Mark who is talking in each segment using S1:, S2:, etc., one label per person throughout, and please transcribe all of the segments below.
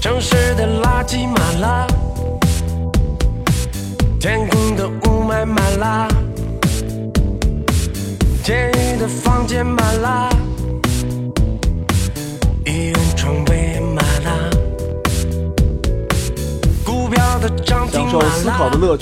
S1: 城市的垃圾满了，天空的雾霾满了，监狱的房间满了，医院床位也满了，股票的涨停
S2: 享
S1: 满
S2: 受
S1: 了。
S2: 思考的乐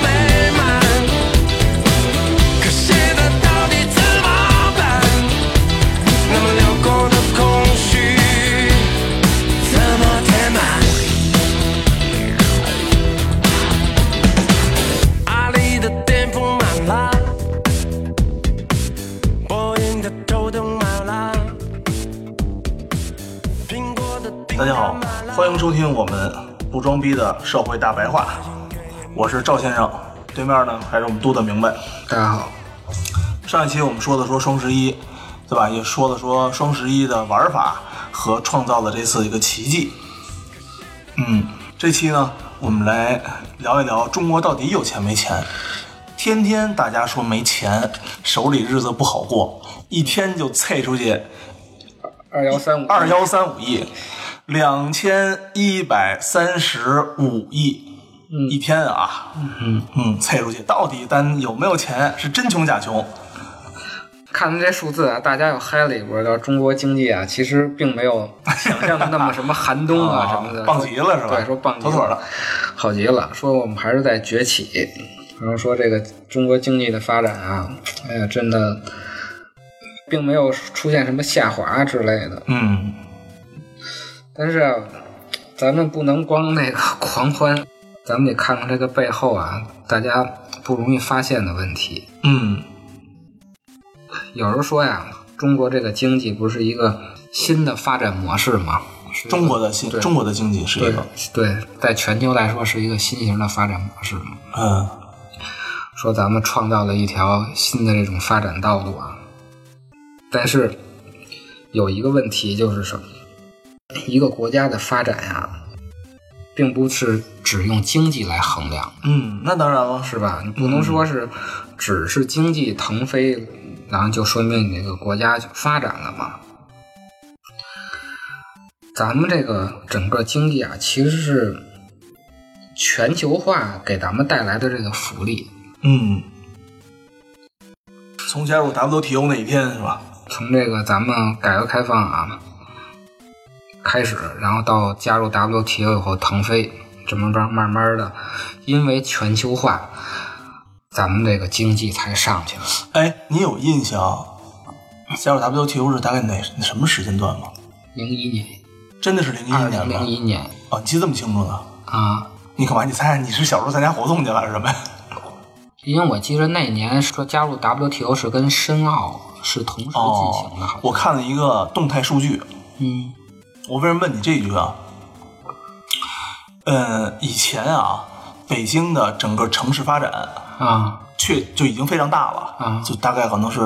S1: 没满。可现在到底怎么办？那么辽阔的空虚怎么填满？阿里的店铺满了，波音的头灯满了。苹果的订
S3: 大
S1: 单
S3: 家好
S1: 满了，
S3: 欢迎收听我们不装逼的社会大白话，我是赵先生，对面呢还是我们嘟的明白。
S4: 大家好，
S3: 上一期我们说的说双十一，对吧？也说了说双十一的玩法和创造了这次一个奇迹。嗯，这期呢，我们来聊一聊中国到底有钱没钱。天天大家说没钱，手里日子不好过，一天就啐出去
S4: 二幺三五
S3: 二幺三五亿，两千一百三十五亿，一天啊，嗯嗯，猜出去到底咱有没有钱？是真穷假穷？
S4: 看到这数字啊，大家又嗨了一波，聊中国经济啊，其实并没有想象的那么什么寒 冬啊什么的，
S3: 棒极了是吧？
S4: 对，说棒极
S3: 妥妥的。
S4: 好极了，说我们还是在崛起，然后说这个中国经济的发展啊，哎呀，真的并没有出现什么下滑之类的，
S3: 嗯，
S4: 但是啊咱们不能光那个狂欢，咱们得看看这个背后啊，大家不容易发现的问题。
S3: 嗯，
S4: 有人说呀，中国这个经济不是一个新的发展模式吗？是一个
S3: 中国的经
S4: 对
S3: 中国的经济是一
S4: 对
S3: 个，
S4: 对，在全球来说是一个新型的发展模式。
S3: 嗯
S4: 说咱们创造了一条新的这种发展道路啊，但是有一个问题就是什么？一个国家的发展呀、并不是只用经济来衡量，
S3: 嗯，那当然了，
S4: 是吧？你不能说是只是经济腾飞，然后就说明你这个国家就发展了嘛。咱们这个整个经济啊，其实是全球化给咱们带来的这个福利。
S3: 嗯。从加入 WTO 那一天是吧？
S4: 从这个咱们改革开放啊开始，然后到加入 WTO 以后腾飞，这么着慢慢的，因为全球化，咱们这个经济才上去了。
S3: 哎，你有印象加入 WTO 是大概哪什么时间段吗？
S4: 零一年，
S3: 真的是零一
S4: 二
S3: 年
S4: 零
S3: 吗
S4: 零？一年
S3: 哦，你记这么清楚呢？
S4: 啊，
S3: 你干嘛？你猜你是小时候参加活动去了是什么呀？
S4: 因为我记得那年说加入 WTO 是跟申奥是同时进行的，好像
S3: 哦我看了一个动态数据，
S4: 嗯
S3: 我为什么问你这一句啊？嗯，以前啊，北京的整个城市发展
S4: 啊
S3: 确就已经非常大了，
S4: 啊
S3: 就大概可能是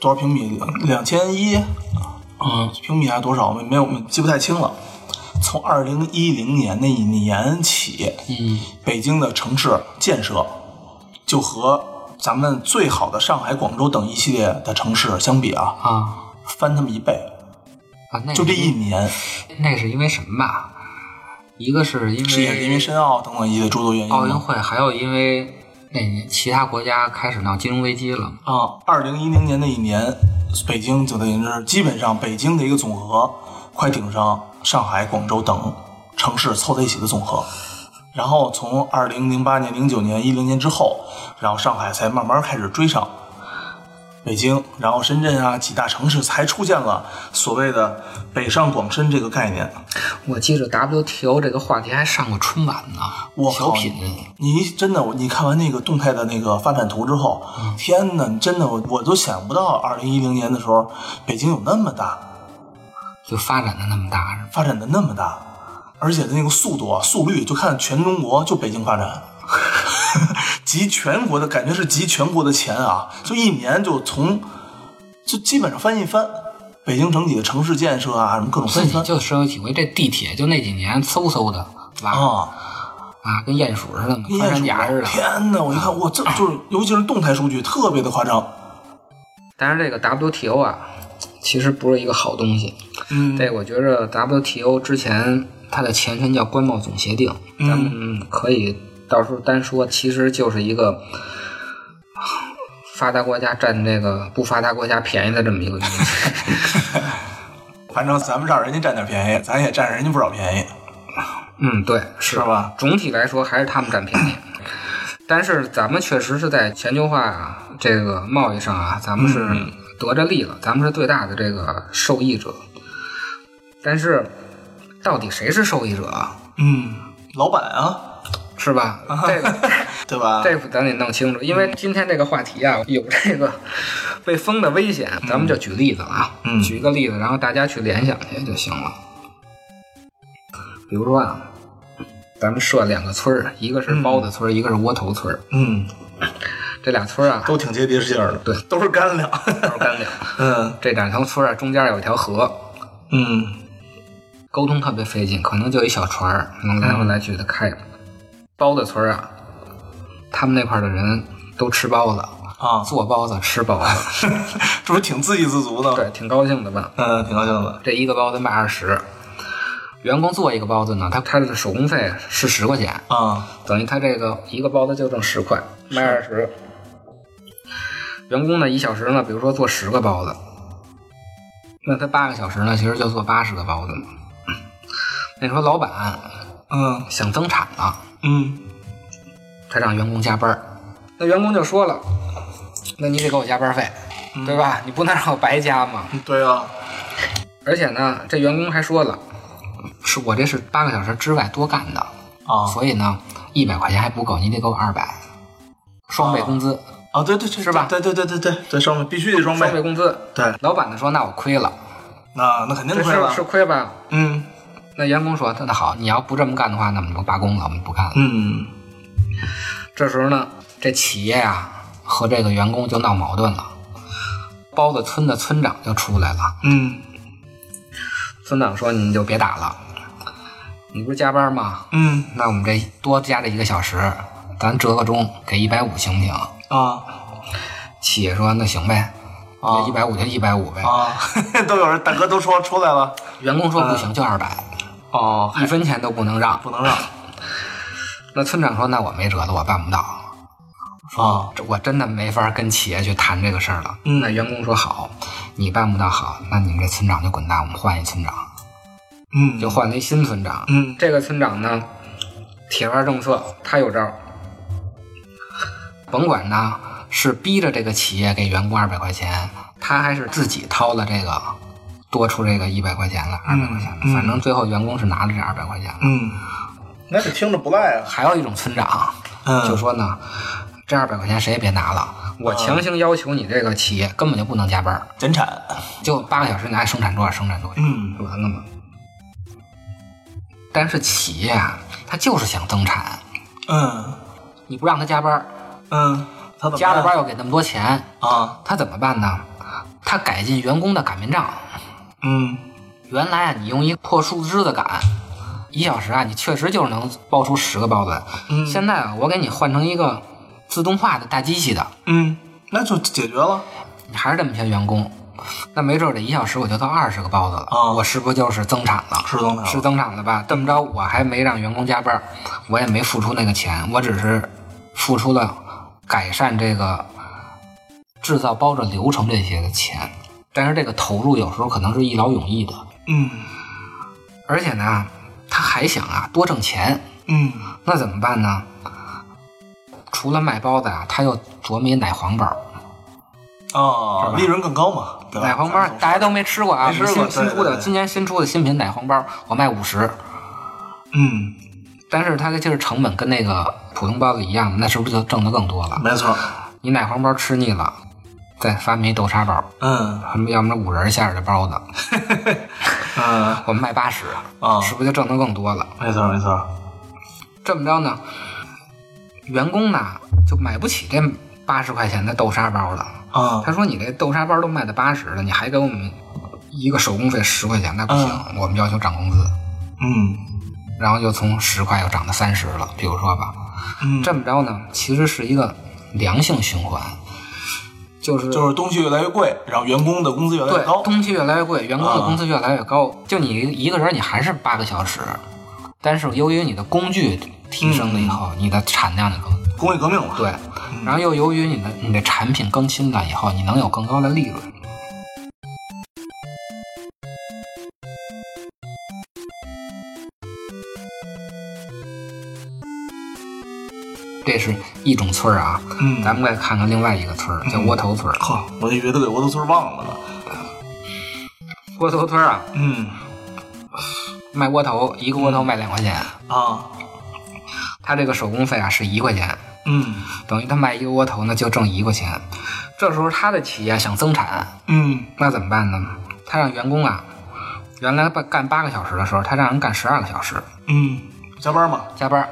S3: 多少平米？两千一
S4: 嗯
S3: 平米还是多少？没没有记不太清了。从二零一零年那一年起，
S4: 嗯
S3: 北京的城市建设，就和咱们最好的上海、广州等一系列的城市相比啊，
S4: 啊
S3: 翻他们一倍，
S4: 啊，那
S3: 就这一
S4: 是
S3: 年，
S4: 那是因为什么吧？一个是因为
S3: 是也是因为申奥等等一些诸多原因吗。
S4: 奥运会，还有因为那年其他国家开始闹金融危机了。
S3: 啊，二零一零年那一年，北京就等于是基本上北京的一个总和，快顶上上海、广州等城市凑在一起的总和。然后从二零零八年、零九年、一零年之后，然后上海才慢慢开始追上北京，然后深圳啊几大城市才出现了所谓的“北上广深”这个概念。
S4: 我记着 WTO 这个话题还上过春晚呢，
S3: 我
S4: 小
S3: 靠
S4: 品。嗯
S3: 你真的，我你看完那个动态的那个发展图之后，
S4: 嗯
S3: 天哪，真的我我都想不到，二零一零年的时候，北京有那么大，
S4: 就发展的那么大，是吧
S3: 发展的那么大，而且那个速度啊、速率，就看全中国就北京发展， 集全国的感觉是集全国的钱啊，就一年就从就基本上翻一翻北京整体的城市建设啊，什么各种
S4: 自
S3: 翻一
S4: 己
S3: 翻
S4: 就深有体会。这地铁就那几年嗖嗖的拉
S3: 啊，
S4: 啊，跟鼹鼠似的嘛，
S3: 鼹
S4: 穿山
S3: 鼠
S4: 甲似的。
S3: 天哪！我一
S4: 嗯
S3: 看，我这就是，尤其是动态数据特别的夸张，
S4: 但是这个 WTO 啊，其实不是一个好东西。
S3: 嗯，
S4: 这我觉着 WTO 之前它的前身叫关贸总协定，
S3: 嗯
S4: 咱们可以到时候单说，其实就是一个啊发达国家占这个不发达国家便宜的这么一个东西。
S3: 反正咱们让人家占点便宜，咱也占人家不少便宜，
S4: 嗯，对，
S3: 是
S4: 是
S3: 吧？
S4: 总体来说还是他们占便宜。但是咱们确实是在全球化啊这个贸易上啊，咱们是得着利了，咱们是最大的这个受益者。但是，到底谁是受益者啊？
S3: 嗯，老板啊，
S4: 是吧？这个
S3: 对吧？
S4: 这咱得弄清楚，因为今天这个话题啊，有这个被封的危险，咱们就举例子了啊，
S3: 嗯
S4: 举一个例子，然后大家去联想去就行了。比如说啊，咱们设两个村儿，一个是包子村儿，一个是窝头村儿，
S3: 嗯，
S4: 这俩村儿啊
S3: 都挺接地气儿的，
S4: 对，
S3: 都是干 粮，
S4: 都是干粮。
S3: 嗯
S4: 这两条村儿啊，中间有一条河，
S3: 嗯
S4: 沟通特别费劲，可能就一小船儿能来回来去的开。包子村儿啊，他们那块儿的人都吃包子，
S3: 啊，
S4: 做包子吃包
S3: 这
S4: 子。
S3: 不是挺自给自足的，
S4: 对，挺高兴的吧？
S3: 嗯，挺高兴的，
S4: 这一个包子卖二十，员工做一个包子呢，他他的手工费是十块钱，
S3: 啊，
S4: 等于他这个一个包子就挣十块，卖二十。员工呢，一小时呢，比如说做十个包子，那他八个小时呢，其实就做八十个包子嘛。那时候老板
S3: 嗯
S4: 想增产了，
S3: 嗯
S4: 他让员工加班儿，那员工就说了：“那你得给我加班儿费，对吧？你不能让我白加嘛。”
S3: 嗯，对啊，
S4: 而且呢，这员工还说了，是我这是八个小时之外多干的，
S3: 啊
S4: 所以呢，一百块钱还不够，你得给我二百，双倍工资，
S3: 啊，对对对，
S4: 是吧
S3: 对对对对对对，双倍必须得双
S4: 双倍
S3: 倍，
S4: 工资。
S3: 对，
S4: 老板呢说，那我亏了，
S3: 那那肯定
S4: 这
S3: 亏
S4: 是
S3: 了
S4: 是，亏吧？
S3: 嗯
S4: 那员工说，那那好，你要不这么干的话，那我们就罢工了，我们不干了。
S3: 嗯
S4: 这时候呢，这企业啊和这个员工就闹矛盾了，包子村的村长就出来了，
S3: 嗯
S4: 村长说，你就别打了，你不是加班吗？
S3: 嗯
S4: 那我们这多加这一个小时，咱折个中，给一百五行不行？
S3: 啊
S4: 企业说那行呗，
S3: 啊
S4: 一百五就一百五呗。
S3: 啊， 都有人大哥都说出来了，
S4: 员工说不行就二百、
S3: 嗯哦，
S4: 一分钱都不能让。
S3: 不能让
S4: 那村长说那我没辙了，我办不到，
S3: 啊，
S4: 这我真的没法跟企业去谈这个事儿了。
S3: 嗯
S4: 那员工说好，你办不到好，那你们这村长就滚蛋，我们换一村长，
S3: 嗯
S4: 就换了一新村长。
S3: 嗯
S4: 这个村长呢，铁腕政策，他有招儿，甭管呢是逼着这个企业给员工二百块钱，他还是自己掏了这个多出这个一百块钱了，二百块钱了，
S3: 嗯
S4: 反正最后员工是拿了这二百块钱了。
S3: 嗯，那这听着不赖啊，
S4: 还有一种村长
S3: 嗯
S4: 就说呢，这二百块钱谁也别拿了，我强行要求你这个企业根本就不能加班儿，
S3: 减产，
S4: 就八个小时你爱生产多少生产多少。
S3: 嗯
S4: 完了吗？但是企业啊，它就是想增产，
S3: 嗯
S4: 你不让他加班儿，
S3: 嗯，他怎么
S4: 加了班
S3: 办
S4: 儿又给那么多钱，
S3: 啊？
S4: 他怎么办呢？他改进员工的擀面杖。
S3: 嗯
S4: 原来啊，你用一破树枝子擀，一小时啊，你确实就是能包出十个包子来。
S3: 嗯
S4: 现在啊，我给你换成一个自动化的大机器的，
S3: 嗯，那就解决了，
S4: 你还是这么些员工，那没准儿这一小时我就到二十个包子了。
S3: 啊
S4: 我是不是就是增产了？
S3: 是增产了
S4: 是增产了吧？这么着，我还没让员工加班儿，我也没付出那个钱，我只是付出了改善这个制造包子流程这些的钱。但是这个投入有时候可能是一劳永逸的，
S3: 嗯
S4: 而且呢，他还想啊多挣钱，
S3: 嗯
S4: 那怎么办呢？除了卖包子啊，他又琢磨一奶黄包。
S3: 啊，利润更高嘛，对吧？
S4: 奶黄包大家都没吃过啊，
S3: 没吃过
S4: 新
S3: 对
S4: 新出
S3: 对
S4: 的，
S3: 对
S4: 今年新出的新品奶黄包，我卖五十，
S3: 嗯，
S4: 但是它的就是成本跟那个普通包子一样，那是不是就挣得更多了？
S3: 没错，
S4: 你奶黄包吃腻了，再发明一豆沙包，
S3: 嗯
S4: 什么要么五仁馅儿的包子，
S3: 嗯，
S4: 我们卖八十
S3: 啊
S4: 是不是就挣得更多了？
S3: 没错没错，
S4: 这么着呢，员工呢就买不起这八十块钱的豆沙包了。
S3: 啊，
S4: 他说你这豆沙包都卖到八十了，你还给我们一个手工费十块钱，那不行，我们要求涨工资。
S3: 嗯
S4: 然后就从十块又涨到三十了，比如说吧，
S3: 嗯，
S4: 这么着呢，其实是一个良性循环，就是
S3: 就是东西越来越贵，然后员工的工资越来越高
S4: 对，。东西越来越贵，员工的
S3: 啊
S4: 工资越来越高。就你一个人，你还是八个小时，但是由于你的工具提升了
S3: 嗯
S4: 以后，你的产量就更
S3: 工业革命嘛，
S4: 对，然后又由于你的你的产品更新了以后，你能有更高的利润。这是一种村儿啊，
S3: 嗯
S4: 咱们再看看另外一个村儿，叫窝头村儿。
S3: 呵，我就觉得给窝头村忘了呢。
S4: 窝头村儿啊，
S3: 嗯
S4: 卖窝头，一个窝头卖两块钱，
S3: 啊，
S4: 他这个手工费啊是一块钱，
S3: 嗯
S4: 等于他卖一个窝头呢就挣一块钱。这时候他的企业想增产，
S3: 嗯
S4: 那怎么办呢？他让员工啊，原来干干八个小时的时候，他让人干十二个小时
S3: 嗯，加班嘛，
S4: 加班儿。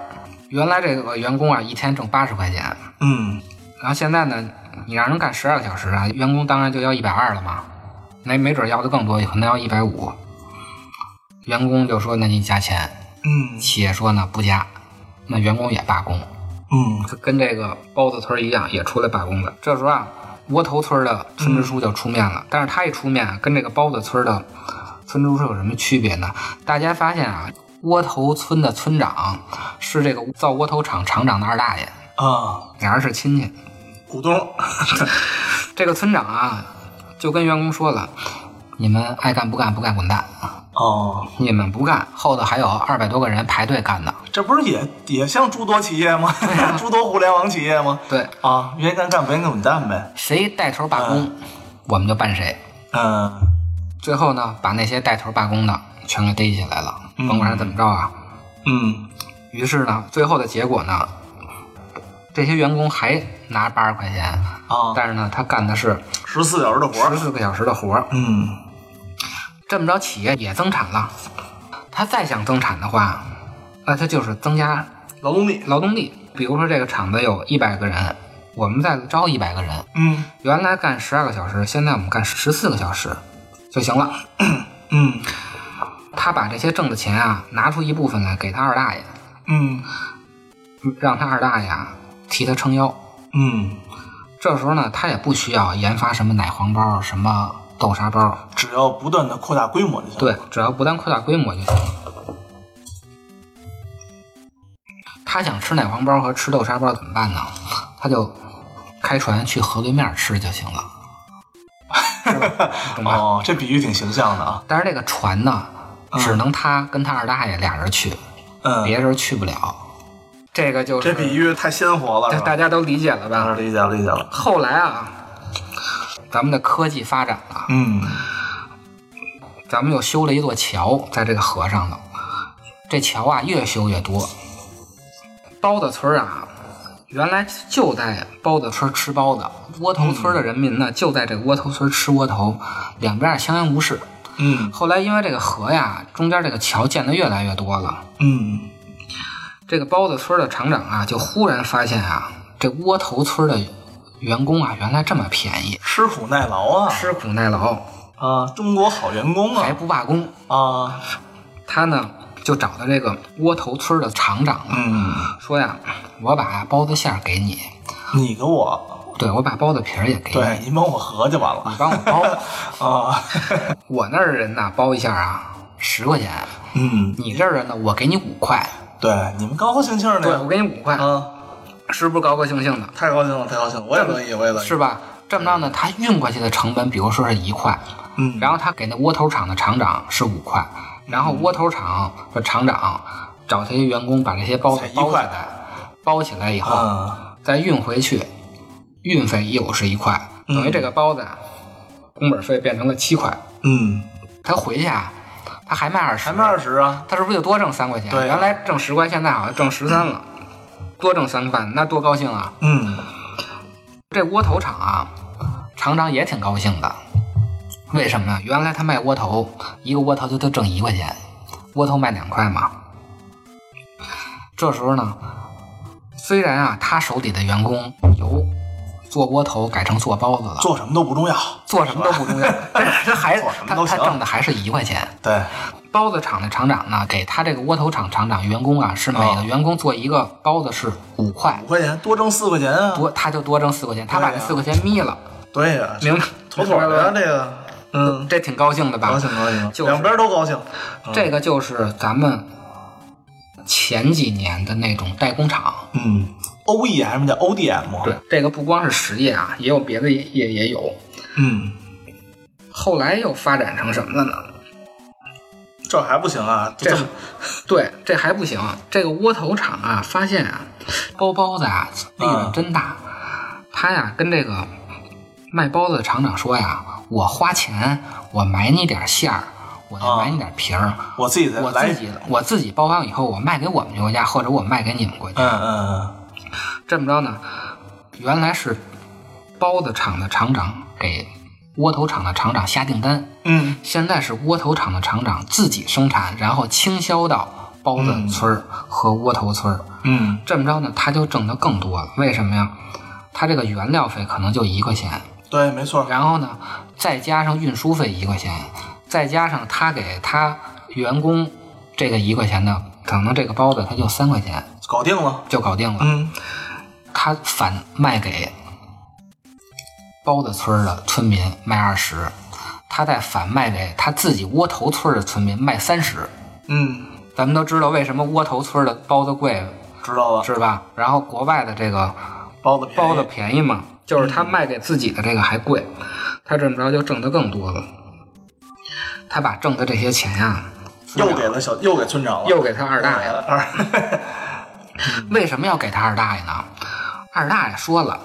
S4: 原来这个员工啊，一天挣八十块钱，
S3: 嗯
S4: 然后现在呢，你让人干十二个小时啊，员工当然就要一百二了嘛，那没准要的更多，可能要一百五。员工就说：“那你加钱。
S3: 嗯”
S4: 企业说呢：“不加。”那员工也罢工，
S3: 嗯
S4: 跟这个包子村儿一样，也出来罢工了。这时候啊，窝头村儿的村支书就出面了，但是他一出面啊，跟这个包子村儿的村支书有什么区别呢？大家发现啊，窝头村的村长是这个造窝头厂厂长的二大爷，
S3: 啊，
S4: 俩人是亲戚。
S3: 股东，
S4: 这个村长啊，就跟员工说了。你们爱干不干，不干滚蛋！
S3: 哦，
S4: 你们不干，后头还有二百多个人排队干呢。
S3: 这不是也也像诸多企业吗？诸多互联网企业吗？
S4: 对，
S3: 啊，愿意干干，不愿意干滚蛋呗。
S4: 谁带头罢工，我们就办谁。
S3: 嗯
S4: 最后呢，把那些带头罢工的全给逮起来了，
S3: 嗯
S4: 甭管是怎么着啊。
S3: 嗯
S4: 于是呢，最后的结果呢，这些员工还拿八十块钱，
S3: 啊，
S4: 但是呢，他干的是
S3: 十四小时的活
S4: 十
S3: 儿。
S4: 四个小时的活儿。
S3: 嗯
S4: 这么着，企业也增产了。他再想增产的话，那他就是增加，
S3: 劳动力。
S4: 劳动力。比如说这个厂子有一百个人，我们再招一百个人，
S3: 嗯
S4: 原来干十二个小时，现在我们干十四个小时就行了。
S3: 嗯
S4: 他把这些挣的钱啊，拿出一部分来给他二大爷，
S3: 嗯
S4: 让他二大爷啊替他撑腰。
S3: 嗯，
S4: 这时候呢，他也不需要研发什么奶黄包、什么豆沙包，
S3: 只要不断的扩大规模就行。，
S4: 对，只要不断扩大规模就行了。他想吃奶黄包和吃豆沙包怎么办呢？他就开船去河对面吃就行了，是吧？懂吧？
S3: 哦，这比喻挺形象的啊。
S4: 但是这个船呢，只能他跟他二大爷俩人去，别
S3: 嗯，
S4: 人去不了。这个就
S3: 这
S4: 是
S3: 比喻嗯太鲜活了，
S4: 大
S3: 是吧
S4: 大家都理解了吧？
S3: 理解了，理解了。
S4: 后来啊，咱们的科技发展了，
S3: 嗯
S4: 咱们又修了一座桥在这个河上了。这桥啊，越修越多。包子村啊，原来就在包子村吃包子，窝头村的人民呢，就在这个窝头村吃窝头，两边啊相安无事。
S3: 嗯
S4: 后来因为这个河呀，中间这个桥建的越来越多了，
S3: 嗯
S4: 这个包子村的厂长啊，就忽然发现啊，这窝头村的员工啊，原来这么便宜，
S3: 吃苦耐劳啊
S4: 吃苦耐劳，
S3: 啊，中国好员工
S4: 还
S3: 啊
S4: 不罢工。
S3: 啊，
S4: 他呢，就找到这个窝头村的厂长了，
S3: 嗯，
S4: 说呀，我把包子馅儿给你，
S3: 你给我，
S4: 对我把包子皮儿也给你，
S3: 对你帮我合就完了
S4: 哎你帮我包。
S3: 啊，
S4: 我那儿人呐，包一下啊，十块钱，
S3: 嗯，
S4: 你这儿人呢，我给你五块，
S3: 对，你们高高兴兴
S4: 对
S3: 的
S4: 我给你五块，
S3: 啊，
S4: 是不是高高兴兴的？
S3: 太高兴了，太高兴了，我也乐意，我也乐意，
S4: 是吧？这么着呢，他运过去的成本，比如说是一块，
S3: 嗯
S4: 然后他给那窝头厂的厂长是五块，然后窝头厂的厂长找这些员工把这些包子
S3: 才一
S4: 包起
S3: 块
S4: 来，包起来以后、
S3: 啊，
S4: 再运回去，运费又是一块，等于这个包子啊工本费变成了七块，
S3: 嗯，
S4: 他回去啊，他还卖二十，
S3: 还卖二，十啊，
S4: 他是不是就多挣三块钱？
S3: 对
S4: 原来挣十块，现在好像挣十三了，多挣三块，那多高兴啊！
S3: 嗯
S4: 这窝头厂啊，厂长也挺高兴的。为什么呢？原来他卖窝头，一个窝头就就挣一块钱，窝头卖两块嘛。这时候呢，虽然啊，他手底的员工有做窝头改成做包子了，
S3: 做什么都不重要。
S4: 做什么都不 重要，但是他还
S3: 做什么
S4: 他
S3: 都
S4: 他
S3: 行
S4: 挣的还是一块钱。
S3: 对，
S4: 包子厂的厂长呢，给他这个窝头厂厂长员工啊，是每
S3: 哦
S4: 个员工做一个包子是五块
S3: 五，块钱多挣四块钱啊。
S4: 多他就多挣四块钱，他把这
S3: 对呀
S4: 四块钱眯了，
S3: 对呀，
S4: 明白
S3: 妥妥的呀，这个，嗯，
S4: 这挺高兴的吧？
S3: 高兴高兴，
S4: 就是
S3: 两边都高兴。嗯
S4: 这个就是咱们前几年的那种代工厂。
S3: 嗯，OEM 叫 ODM，
S4: 对，，这个不光是实业啊，也有别的也也有。
S3: 嗯，
S4: 后来又发展成什么了呢？
S3: 这还不行啊，
S4: 这
S3: 这
S4: 是对，这还不行。这个窝头厂啊，发现啊，包包子啊，
S3: 嗯
S4: 利润真大。他呀，跟这个卖包子的厂长说呀，我花钱，我买你点馅儿，我再买你点皮儿，
S3: 我自己再
S4: 我
S3: 啊来
S4: 自，己我自己包完以后，我卖给我们国家，或者我卖给你们国家。
S3: 嗯嗯
S4: 这么着呢，原来是包子厂的厂长给窝头厂的厂长下订单，
S3: 嗯
S4: 现在是窝头厂的厂长自己生产，然后倾销到包子村儿和窝头村
S3: 嗯
S4: 儿。
S3: 嗯，
S4: 这么着呢，他就挣得更多了。为什么呀？他这个原料费可能就一块钱，
S3: 对，没错，
S4: 然后呢，再加上运输费一块钱，再加上他给他员工这个一块钱的，可能这个包子他就三块钱
S3: 搞定了。
S4: 就搞定了。
S3: 嗯，
S4: 他反卖给包子村儿的村民卖二十，他再反卖给他自己窝头村儿的村民卖三十。
S3: 嗯，
S4: 咱们都知道为什么窝头村儿的包子贵，
S3: 知道了，
S4: 是吧？然后国外的这个
S3: 包子便宜
S4: 包子便宜嘛，就是他卖给自己的这个还贵，他这么着就挣得更多了。他把挣的这些钱呀、
S3: 又给了小，又给村长了，
S4: 又给他二大爷了。
S3: 二，
S4: 为什么要给他二大爷呢？二大爷说了，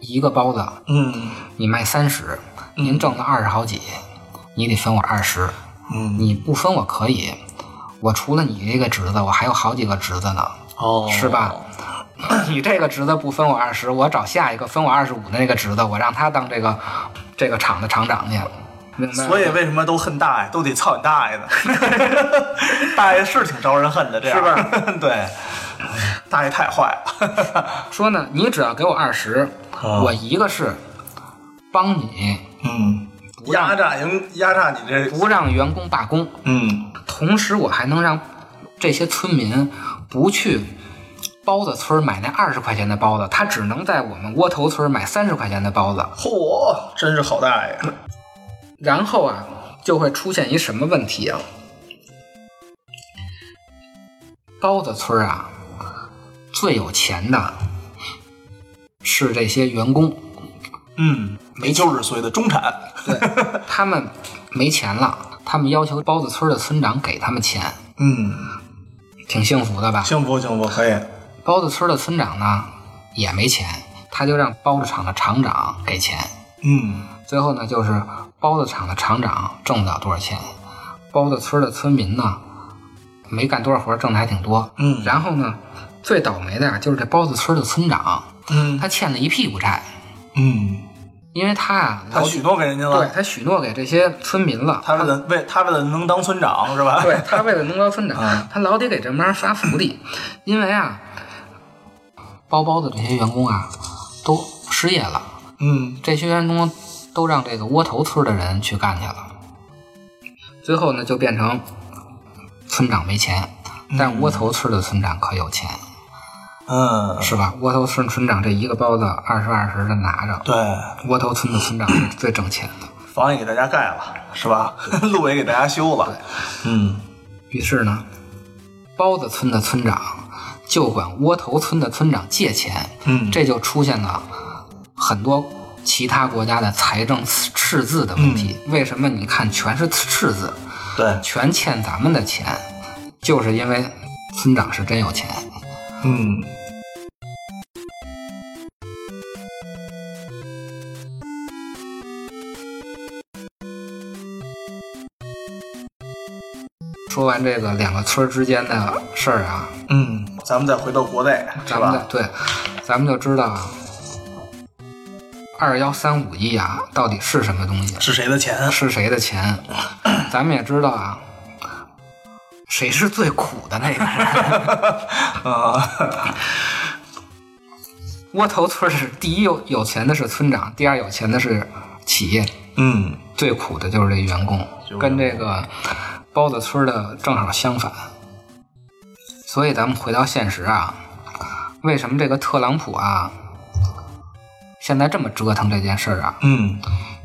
S4: 一个包子
S3: 嗯
S4: 你卖三十，您挣了二十好几，你得分我二十。
S3: 嗯，
S4: 你不分我可以，我除了你这个侄子，我还有好几个侄子呢，
S3: 哦，
S4: 是吧？ 你这个侄子不分我二十，我找下一个分我二十五的那个侄子，我让他当这个这个厂的厂长去，明白吗？
S3: 所以为什么都恨大爷，都得操你大爷的？ 大爷是挺招人恨的，这样是吧？ 对，大爷太坏了。
S4: 说呢，你只要给我二十、
S3: 哦
S4: 我一个是帮你
S3: 嗯，压榨人，压榨你这，
S4: 不让员工罢工，
S3: 嗯，
S4: 同时我还能让这些村民不去包子村买那二十块钱的包子，他只能在我们窝头村买三十块钱的包子。
S3: 嚯，真是好大爷。
S4: 嗯然后啊，就会出现一什么问题啊？包子村儿啊，最有钱的是这些员工，
S3: 嗯，没九十岁的中产。
S4: 他们没钱了，他们要求包子村儿的村长给他们钱，
S3: 嗯，
S4: 挺幸福的吧？
S3: 幸福幸福，可以。
S4: 包子村儿的村长呢也没钱，他就让包子厂的厂长给钱。
S3: 嗯，
S4: 最后呢，就是包子厂的厂长挣不了多少钱，包子村的村民呢，没干多少活，挣的还挺多。
S3: 嗯
S4: 然后呢，最倒霉的呀，就是这包子村的村长，
S3: 嗯
S4: 他欠了一屁股债，
S3: 嗯，
S4: 因为他啊，
S3: 他
S4: 老
S3: 许诺给人家
S4: 对
S3: 了，
S4: 他许诺给这些村民了，
S3: 他为了为他为了能当村长是吧？
S4: 对他为了能高村
S3: 啊
S4: 长，他老得给这帮人发 福利，因为啊，包包的这些员工啊，都失业了。
S3: 嗯
S4: 这些员工都让这个窝头村的人去干去了。最后呢，就变成村长没钱，但窝头村的村长可有钱，
S3: 嗯，
S4: 是吧？窝头村村长这一个包子二十二十的拿着，
S3: 对，
S4: 窝头村的村长是最挣钱的。
S3: 房也给大家盖了是吧？路也给大家修了。嗯
S4: 于是呢，包子村的村长就管窝头村的村长借钱，
S3: 嗯，
S4: 这就出现了很多其他国家的财政赤赤字的问题。
S3: 嗯
S4: 为什么你看全是赤字？
S3: 对，
S4: 全欠咱们的钱，就是因为村长是真有钱。
S3: 嗯。
S4: 说完这个两个村儿之间的事儿啊，
S3: 嗯，咱们再回到国内，是
S4: 咱们的
S3: 吧？
S4: 对，咱们就知道二幺三五亿啊到底是什么东西，
S3: 是谁的钱？
S4: 是谁的钱， 咱们也知道啊，谁是最苦的那个人。
S3: 啊，
S4: 窝头村是第一有有钱的是村长，第二有钱的是企业，
S3: 嗯，
S4: 最苦的就是这员工
S2: 就是，
S4: 跟这个包子村的正好相反。所以咱们回到现实啊，为什么这个特朗普啊现在这么折腾这件事儿啊？
S3: 嗯，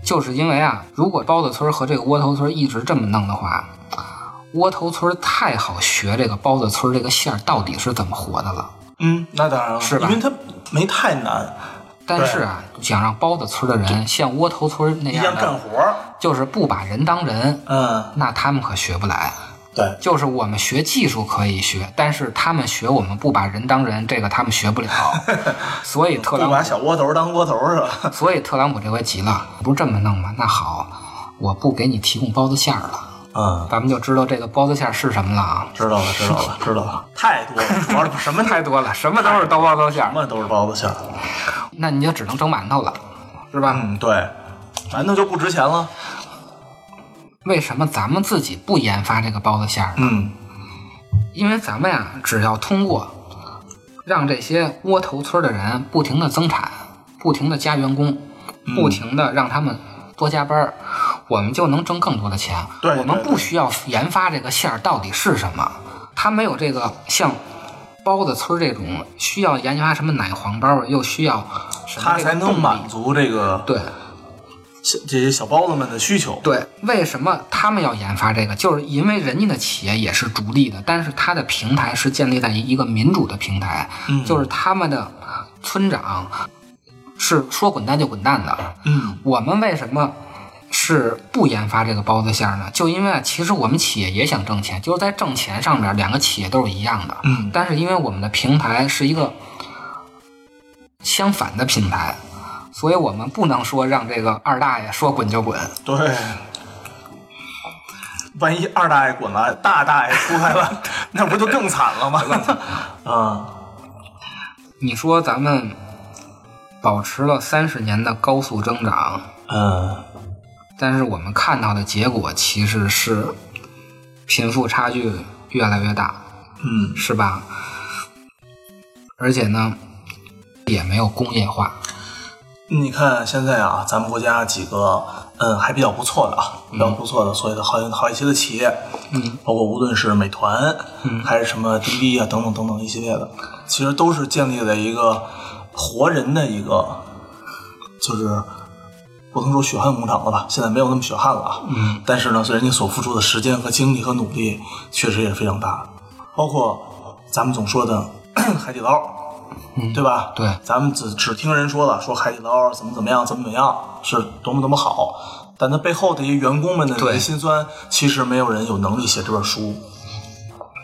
S4: 就是因为啊，如果包子村和这个窝头村一直这么弄的话，窝头村太好学这个包子村这个馅儿到底是怎么和的了。
S3: 嗯，那当然了，
S4: 是吧
S3: 因为它没太难，
S4: 但是啊，想让包子村的人像窝头村那
S3: 一样
S4: 样
S3: 干
S4: 的，
S3: 活儿，
S4: 就是不把人当人，
S3: 嗯，
S4: 那他们可学不来。
S3: 对，
S4: 就是我们学技术可以学，但是他们学我们不把人当人，这个他们 学不了。所以特
S3: 不
S4: 朗
S3: 把
S4: 普，
S3: 小窝头当窝头是吧？
S4: 所以特朗普这回急了，不是这么弄吗？那好，我不给你提供包子馅儿了。
S3: 嗯，
S4: 咱们就知道这个包子馅儿是什么了啊。
S3: 知道了，知道 了，知道了，太多了，主要是什么
S4: 太多了，什么都是刀包子馅
S3: 什
S4: 儿，
S3: 么都是包子馅儿，
S4: 那你就只能蒸馒头了，是吧？
S3: 嗯，对，馒头就不值钱了，嗯
S4: 为什么咱们自己不研发这个包子馅儿呢？
S3: 嗯，
S4: 因为咱们呀，只要通过让这些窝头村的人不停的增产，不停的加员工，
S3: 嗯
S4: 不停的让他们多加班儿，我们就能挣更多的钱。
S3: 对
S4: 我们
S3: 对
S4: 不需要研发这个馅儿到底是什么，它没有这个像。包子村这种需要研发什么奶黄包，又需要什么
S3: 它
S4: 这个
S3: 才
S4: 动
S3: 能
S4: 力
S3: 满足这个
S4: 对
S3: 小这些小包子们的需求，
S4: 对，为什么他们要研发这个？就是因为人家的企业也是逐利的，但是它的平台是建立在一个民主的平台，
S3: 嗯
S4: 就是他们的村长是说滚蛋就滚蛋的。
S3: 嗯，
S4: 我们为什么是不研发这个包子馅儿呢？就因为啊其实我们企业也想挣钱，就是在挣钱上面，两个企业都是一样的。
S3: 嗯，
S4: 但是因为我们的平台是一个相反的平台，所以我们不能说让这个二大爷说滚就滚。
S3: 对。万一二大爷滚了，大大爷出来了， 那不就更惨了吗？ 啊，
S4: 你说咱们保持了三十年的高速增长，
S3: 嗯，
S4: 但是我们看到的结果其实是贫富差距越来越大，
S3: 嗯，
S4: 是吧？而且呢，也没有工业化，
S3: 你看现在啊，咱们国家几个嗯还比较不错的啊，比较不错的，所有的好好一些的企业，
S4: 嗯，
S3: 包括无论是美团，嗯，还是什么滴滴啊等等等等一系列的，其实都是建立在一个活人的一个，就是不能说血汗工厂了吧，现在没有那么血汗了啊，嗯，但是呢，所以人家所付出的时间和精力和努力确实也是非常大的，包括咱们总说的 海底捞，嗯对吧？
S4: 对
S3: 咱们只只听人说了，说海底捞怎么怎么样，怎么怎么样，是多么多么好，但它背后的一些员工们的那
S4: 对
S3: 些心酸，其实没有人有能力写这本书。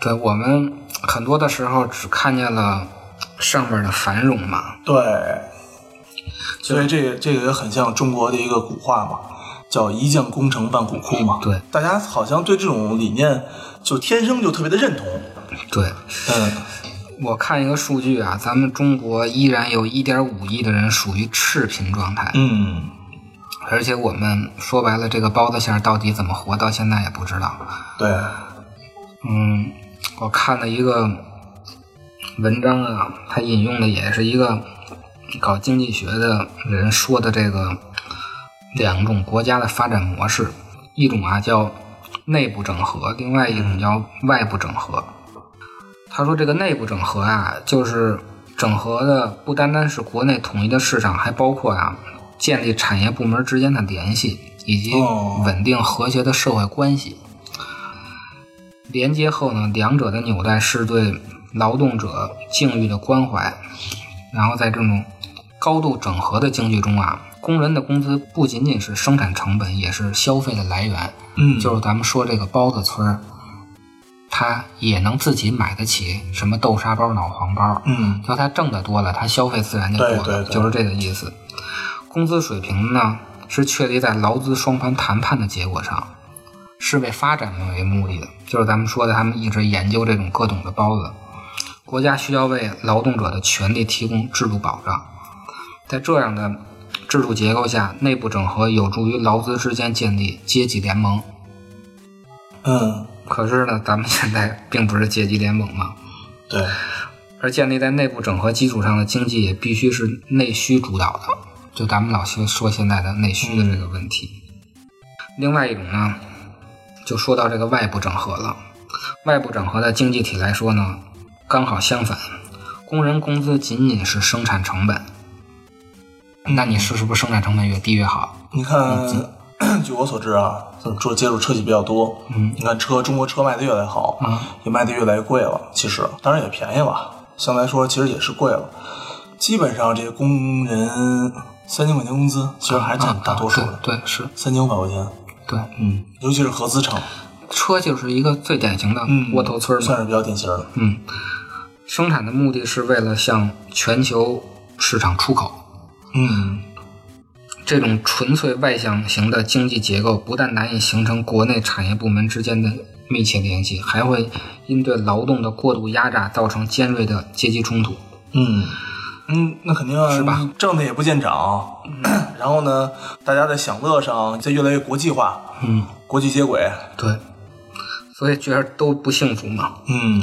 S4: 对我们很多的时候只看见了上面的繁荣嘛，
S3: 对，所以这个这个也很像中国的一个古话嘛，叫“一将功成万骨枯”嘛。
S4: 对，
S3: 大家好像对这种理念就天生就特别的认同。
S4: 对。
S3: 嗯，
S4: 我看一个数据啊，咱们中国依然有1.5亿的人属于赤贫状态，
S3: 嗯，
S4: 而且我们说白了，这个包子馅儿到底怎么活，到现在也不知道。啊
S3: 对，
S4: 嗯，我看了一个文章啊，他引用的也是一个搞经济学的人说的这个两种国家的发展模式，一种啊叫内部整合，另外一种叫外部整合。他说这个内部整合啊，就是整合的不单单是国内统一的市场，还包括啊建立产业部门之间的联系，以及
S3: 哦
S4: 稳定和谐的社会关系。连接后呢，两者的纽带是对劳动者境遇的关怀，然后在这种高度整合的经济中啊，工人的工资不仅仅是生产成本，也是消费的来源。
S3: 嗯，
S4: 就是咱们说这个包子村儿，他也能自己买得起什么豆沙包、脑黄包，
S3: 嗯，
S4: 就他挣得多了，他消费自然就多了，
S3: 对对对
S4: 就是这个意思。工资水平呢，是确立在劳资双方谈判的结果上，是为发展为目的的，就是咱们说的，他们一直研究这种各种的包子。国家需要为劳动者的权利提供制度保障，在这样的制度结构下，内部整合有助于劳资之间建立阶级联盟。
S3: 嗯，
S4: 可是呢，咱们现在并不是阶级联盟嘛，
S3: 对，
S4: 而建立在内部整合基础上的经济也必须是内需主导的，就咱们老先说现在的内需的这个问题。另外一种呢，就说到这个外部整合了。外部整合的经济体来说呢，刚好相反，工人工资仅仅是生产成本。那你是是不是生产成本越低越好？
S3: 你看， 据我所知啊，做接触车企比较多。嗯，你看车，中国车卖的越来越好，也卖的越来越贵了。其实，当然也便宜了，相对来说其实也是贵了。基本上这些工人三千块钱工资，其实还是占大多数的，
S4: 啊对对是，
S3: 三千五百块钱。
S4: 对，
S3: 啊嗯，尤其是合资厂，
S4: 车就是一个最典型的
S3: 嗯，
S4: 窝头村嘛。
S3: 算是比较典型的。
S4: 生产的目的是为了向全球市场出口。
S3: 嗯，
S4: 这种纯粹外向型的经济结构，不但难以形成国内产业部门之间的密切联系，还会因对劳动的过度压榨造成尖锐的阶级冲突。
S3: 嗯，嗯，那肯定啊
S4: 是吧？
S3: 你挣的也不见长， 然后呢，大家在享乐上在越来越国际化，嗯，国际接轨，
S4: 对，所以觉得都不幸福嘛。
S3: 嗯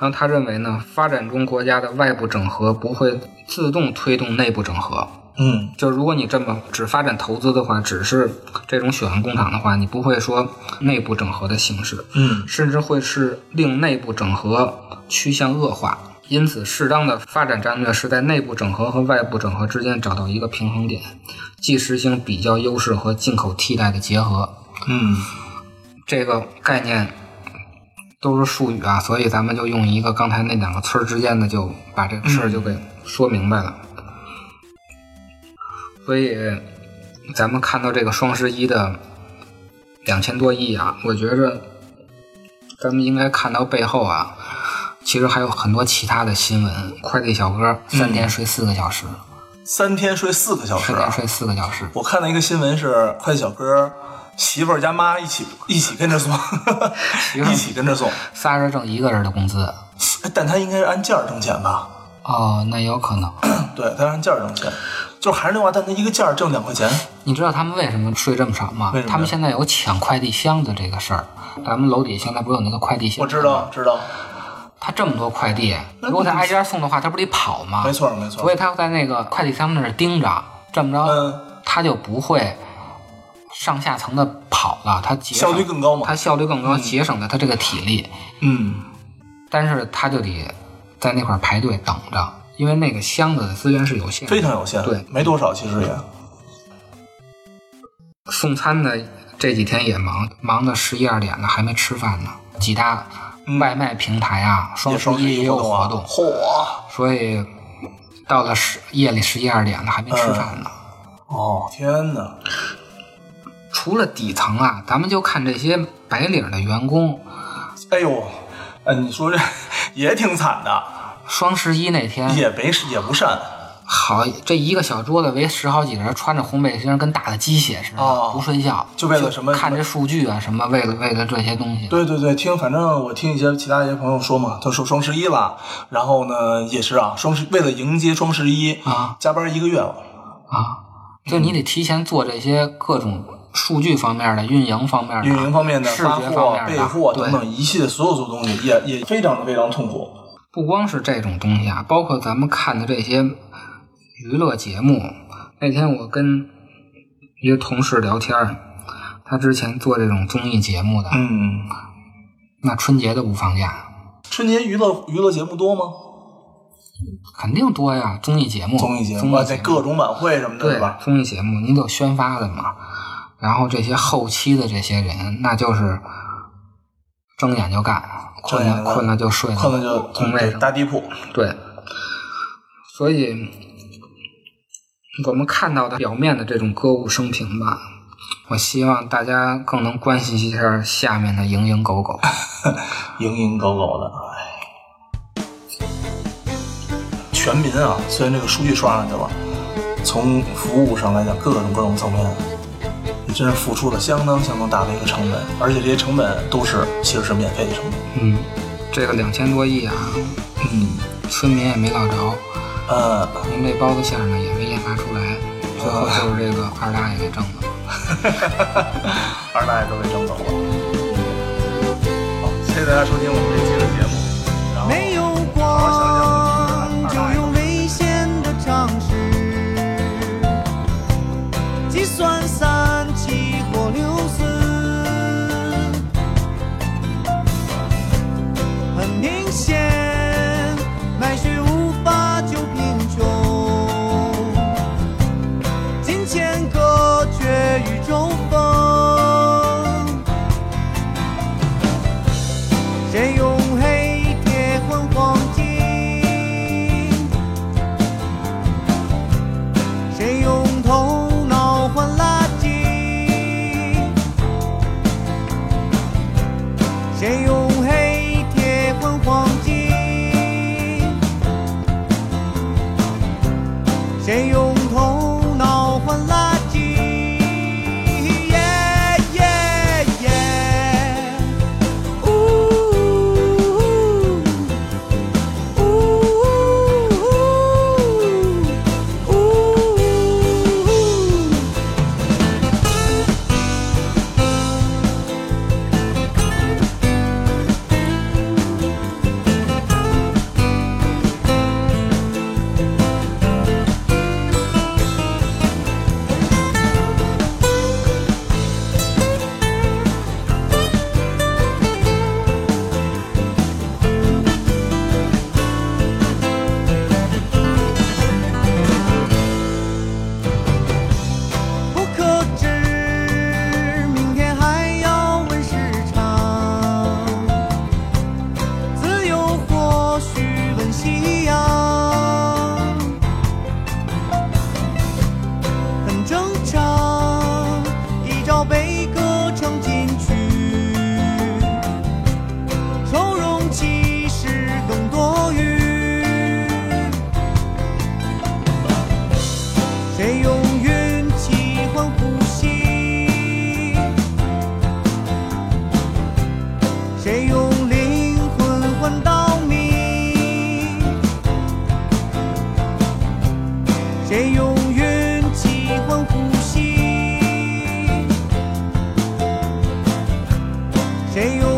S4: 然后他认为呢，发展中国家的外部整合不会自动推动内部整合。
S3: 嗯
S4: 就如果你这么只发展投资的话，只是这种血汗工厂的话，你不会说内部整合的形式。
S3: 嗯
S4: 甚至会是令内部整合趋向恶化。因此，适当的发展战略是在内部整合和外部整合之间找到一个平衡点，既实行比较优势和进口替代的结合。
S3: 嗯
S4: 这个概念都是术语啊，所以咱们就用一个刚才那两个村儿之间的，就把这个事儿就给说明白了。所以，咱们看到这个双十一的两千多亿啊，我觉着咱们应该看到背后啊，其实还有很多其他的新闻。快递小哥三天睡四个小时，
S3: 三天睡四个小时
S4: 三。天睡四个小时，
S3: 我看到一个新闻是，快递小哥媳妇儿加妈一起一起跟着 送，
S4: 妇儿
S3: 一起跟着送。
S4: 仨人挣一个人的工资。
S3: 哎但他应该是按件儿挣钱吧？
S4: 哦，那也有可能。
S3: 对，他是按件儿挣钱，就是还是那话，但他一个件儿挣两块钱。
S4: 你知道他们为什么睡这么少吗
S3: 为什？么呀
S4: 他们现在有抢快递箱子这个事儿。咱们楼底下现在不是有那个快递箱？
S3: 我知。道，知道，
S4: 他这么多快递，如果他挨家送的话，他不得跑吗？
S3: 没。错，没错
S4: 所。以他要在那个快递箱那儿盯着，这么着
S3: 嗯，
S4: 他就不会上下层的跑了，他节省
S3: 效率更高嘛啊
S4: 他效率更高，节省了他这个体力。
S3: 嗯，
S4: 但是他就得在那块儿排队等着，因为那个箱子的资源是有限的，
S3: 非常有限，
S4: 嗯对
S3: 没多少，其实也。
S4: 送餐的这几天也忙，忙到十一二点了还没吃饭呢。几大外卖平台啊，双
S3: 也
S4: 十
S3: 双十
S4: 一也
S3: 一
S4: 有
S3: 动啊
S4: 活，动，
S3: 嚯！
S4: 所以到了十夜里十一二点了还没
S3: 嗯
S4: 吃饭呢。
S3: 哦，天哪！
S4: 除了底层啊，咱们就看这些白领的员工。
S3: 哎呦，哎，你说这 也挺惨的，
S4: 双十一那天，
S3: 也没也不善。
S4: 好，这一个小桌子围十好几个人，穿着红背心儿，跟打了鸡血似的，
S3: 哦
S4: 不睡觉，
S3: 就为了什么
S4: 看这数据啊，什么为了为了这些东西，
S3: 对对对，听，反正我听一些其他一些朋友说嘛，他说双十一了，然后呢也是啊，双十为了迎接双十一
S4: 啊，
S3: 加班一个月了，
S4: 啊，就你得提前做这些各种数据方面的、运营方面的、
S3: 运营方面的
S4: 视
S3: 发
S4: 觉方
S3: 货、
S4: 面的、
S3: 备货
S4: 对
S3: 等等一系列所有做东西，也也非常的非常痛苦。
S4: 不光是这种东西啊，包括咱们看的这些娱乐节目。那天我跟一个同事聊天儿，他之前做这种综艺节目的，
S3: 嗯，
S4: 那春节都不放假，
S3: 春节娱乐娱乐节目多
S4: 嗯
S3: 吗？
S4: 肯定多呀，综艺节目，
S3: 综艺节
S4: 综
S3: 目啊，
S4: 艺
S3: 在
S4: 节目，
S3: 各种晚会什么的，
S4: 对
S3: 是吧？
S4: 综艺节目，你得有宣发的嘛。然后这些后期的这些人，那就是睁眼就干，困
S3: 睁眼
S4: 了
S3: 就干
S4: 困了就睡了，
S3: 困了就
S4: 同位上
S3: 搭地铺，
S4: 对，所以我们看到的表面的这种歌舞升平吧，我希望大家更能关心一下下面的蝇营狗苟。
S3: 蝇营狗苟的，哎。全民啊，虽然这个数据刷上去了，从服务上来讲，各种各种层面，你真是付出了相当相当大的一个成本，而且这些成本都是其实是免费的成本。
S4: 嗯，这个两千多亿啊，
S3: 嗯，
S4: 村民也没落着，
S3: 呃，
S4: 您这包子馅儿呢也没研发出来，最后就是这个二大爷给挣的。
S3: 二大爷都给挣走了。嗯好，谢谢大家收听我们这期的节目，然后
S1: 没有
S3: 好好想想。
S1: 光。
S5: 二三七或六四，很明显，卖血无法救贫穷，金钱隔绝与中锋。谁用黑铁换黄金？谁用头脑换垃圾？谁用黑铁换黄金？谁用头脑换垃圾？耶耶耶！不可知，明天还要问市场。自由或许问夕阳，很正常。一朝被歌唱进去，愁容其实更多余。谁用运气换呼吸？谁用灵魂换道命？谁用运气换呼吸？谁用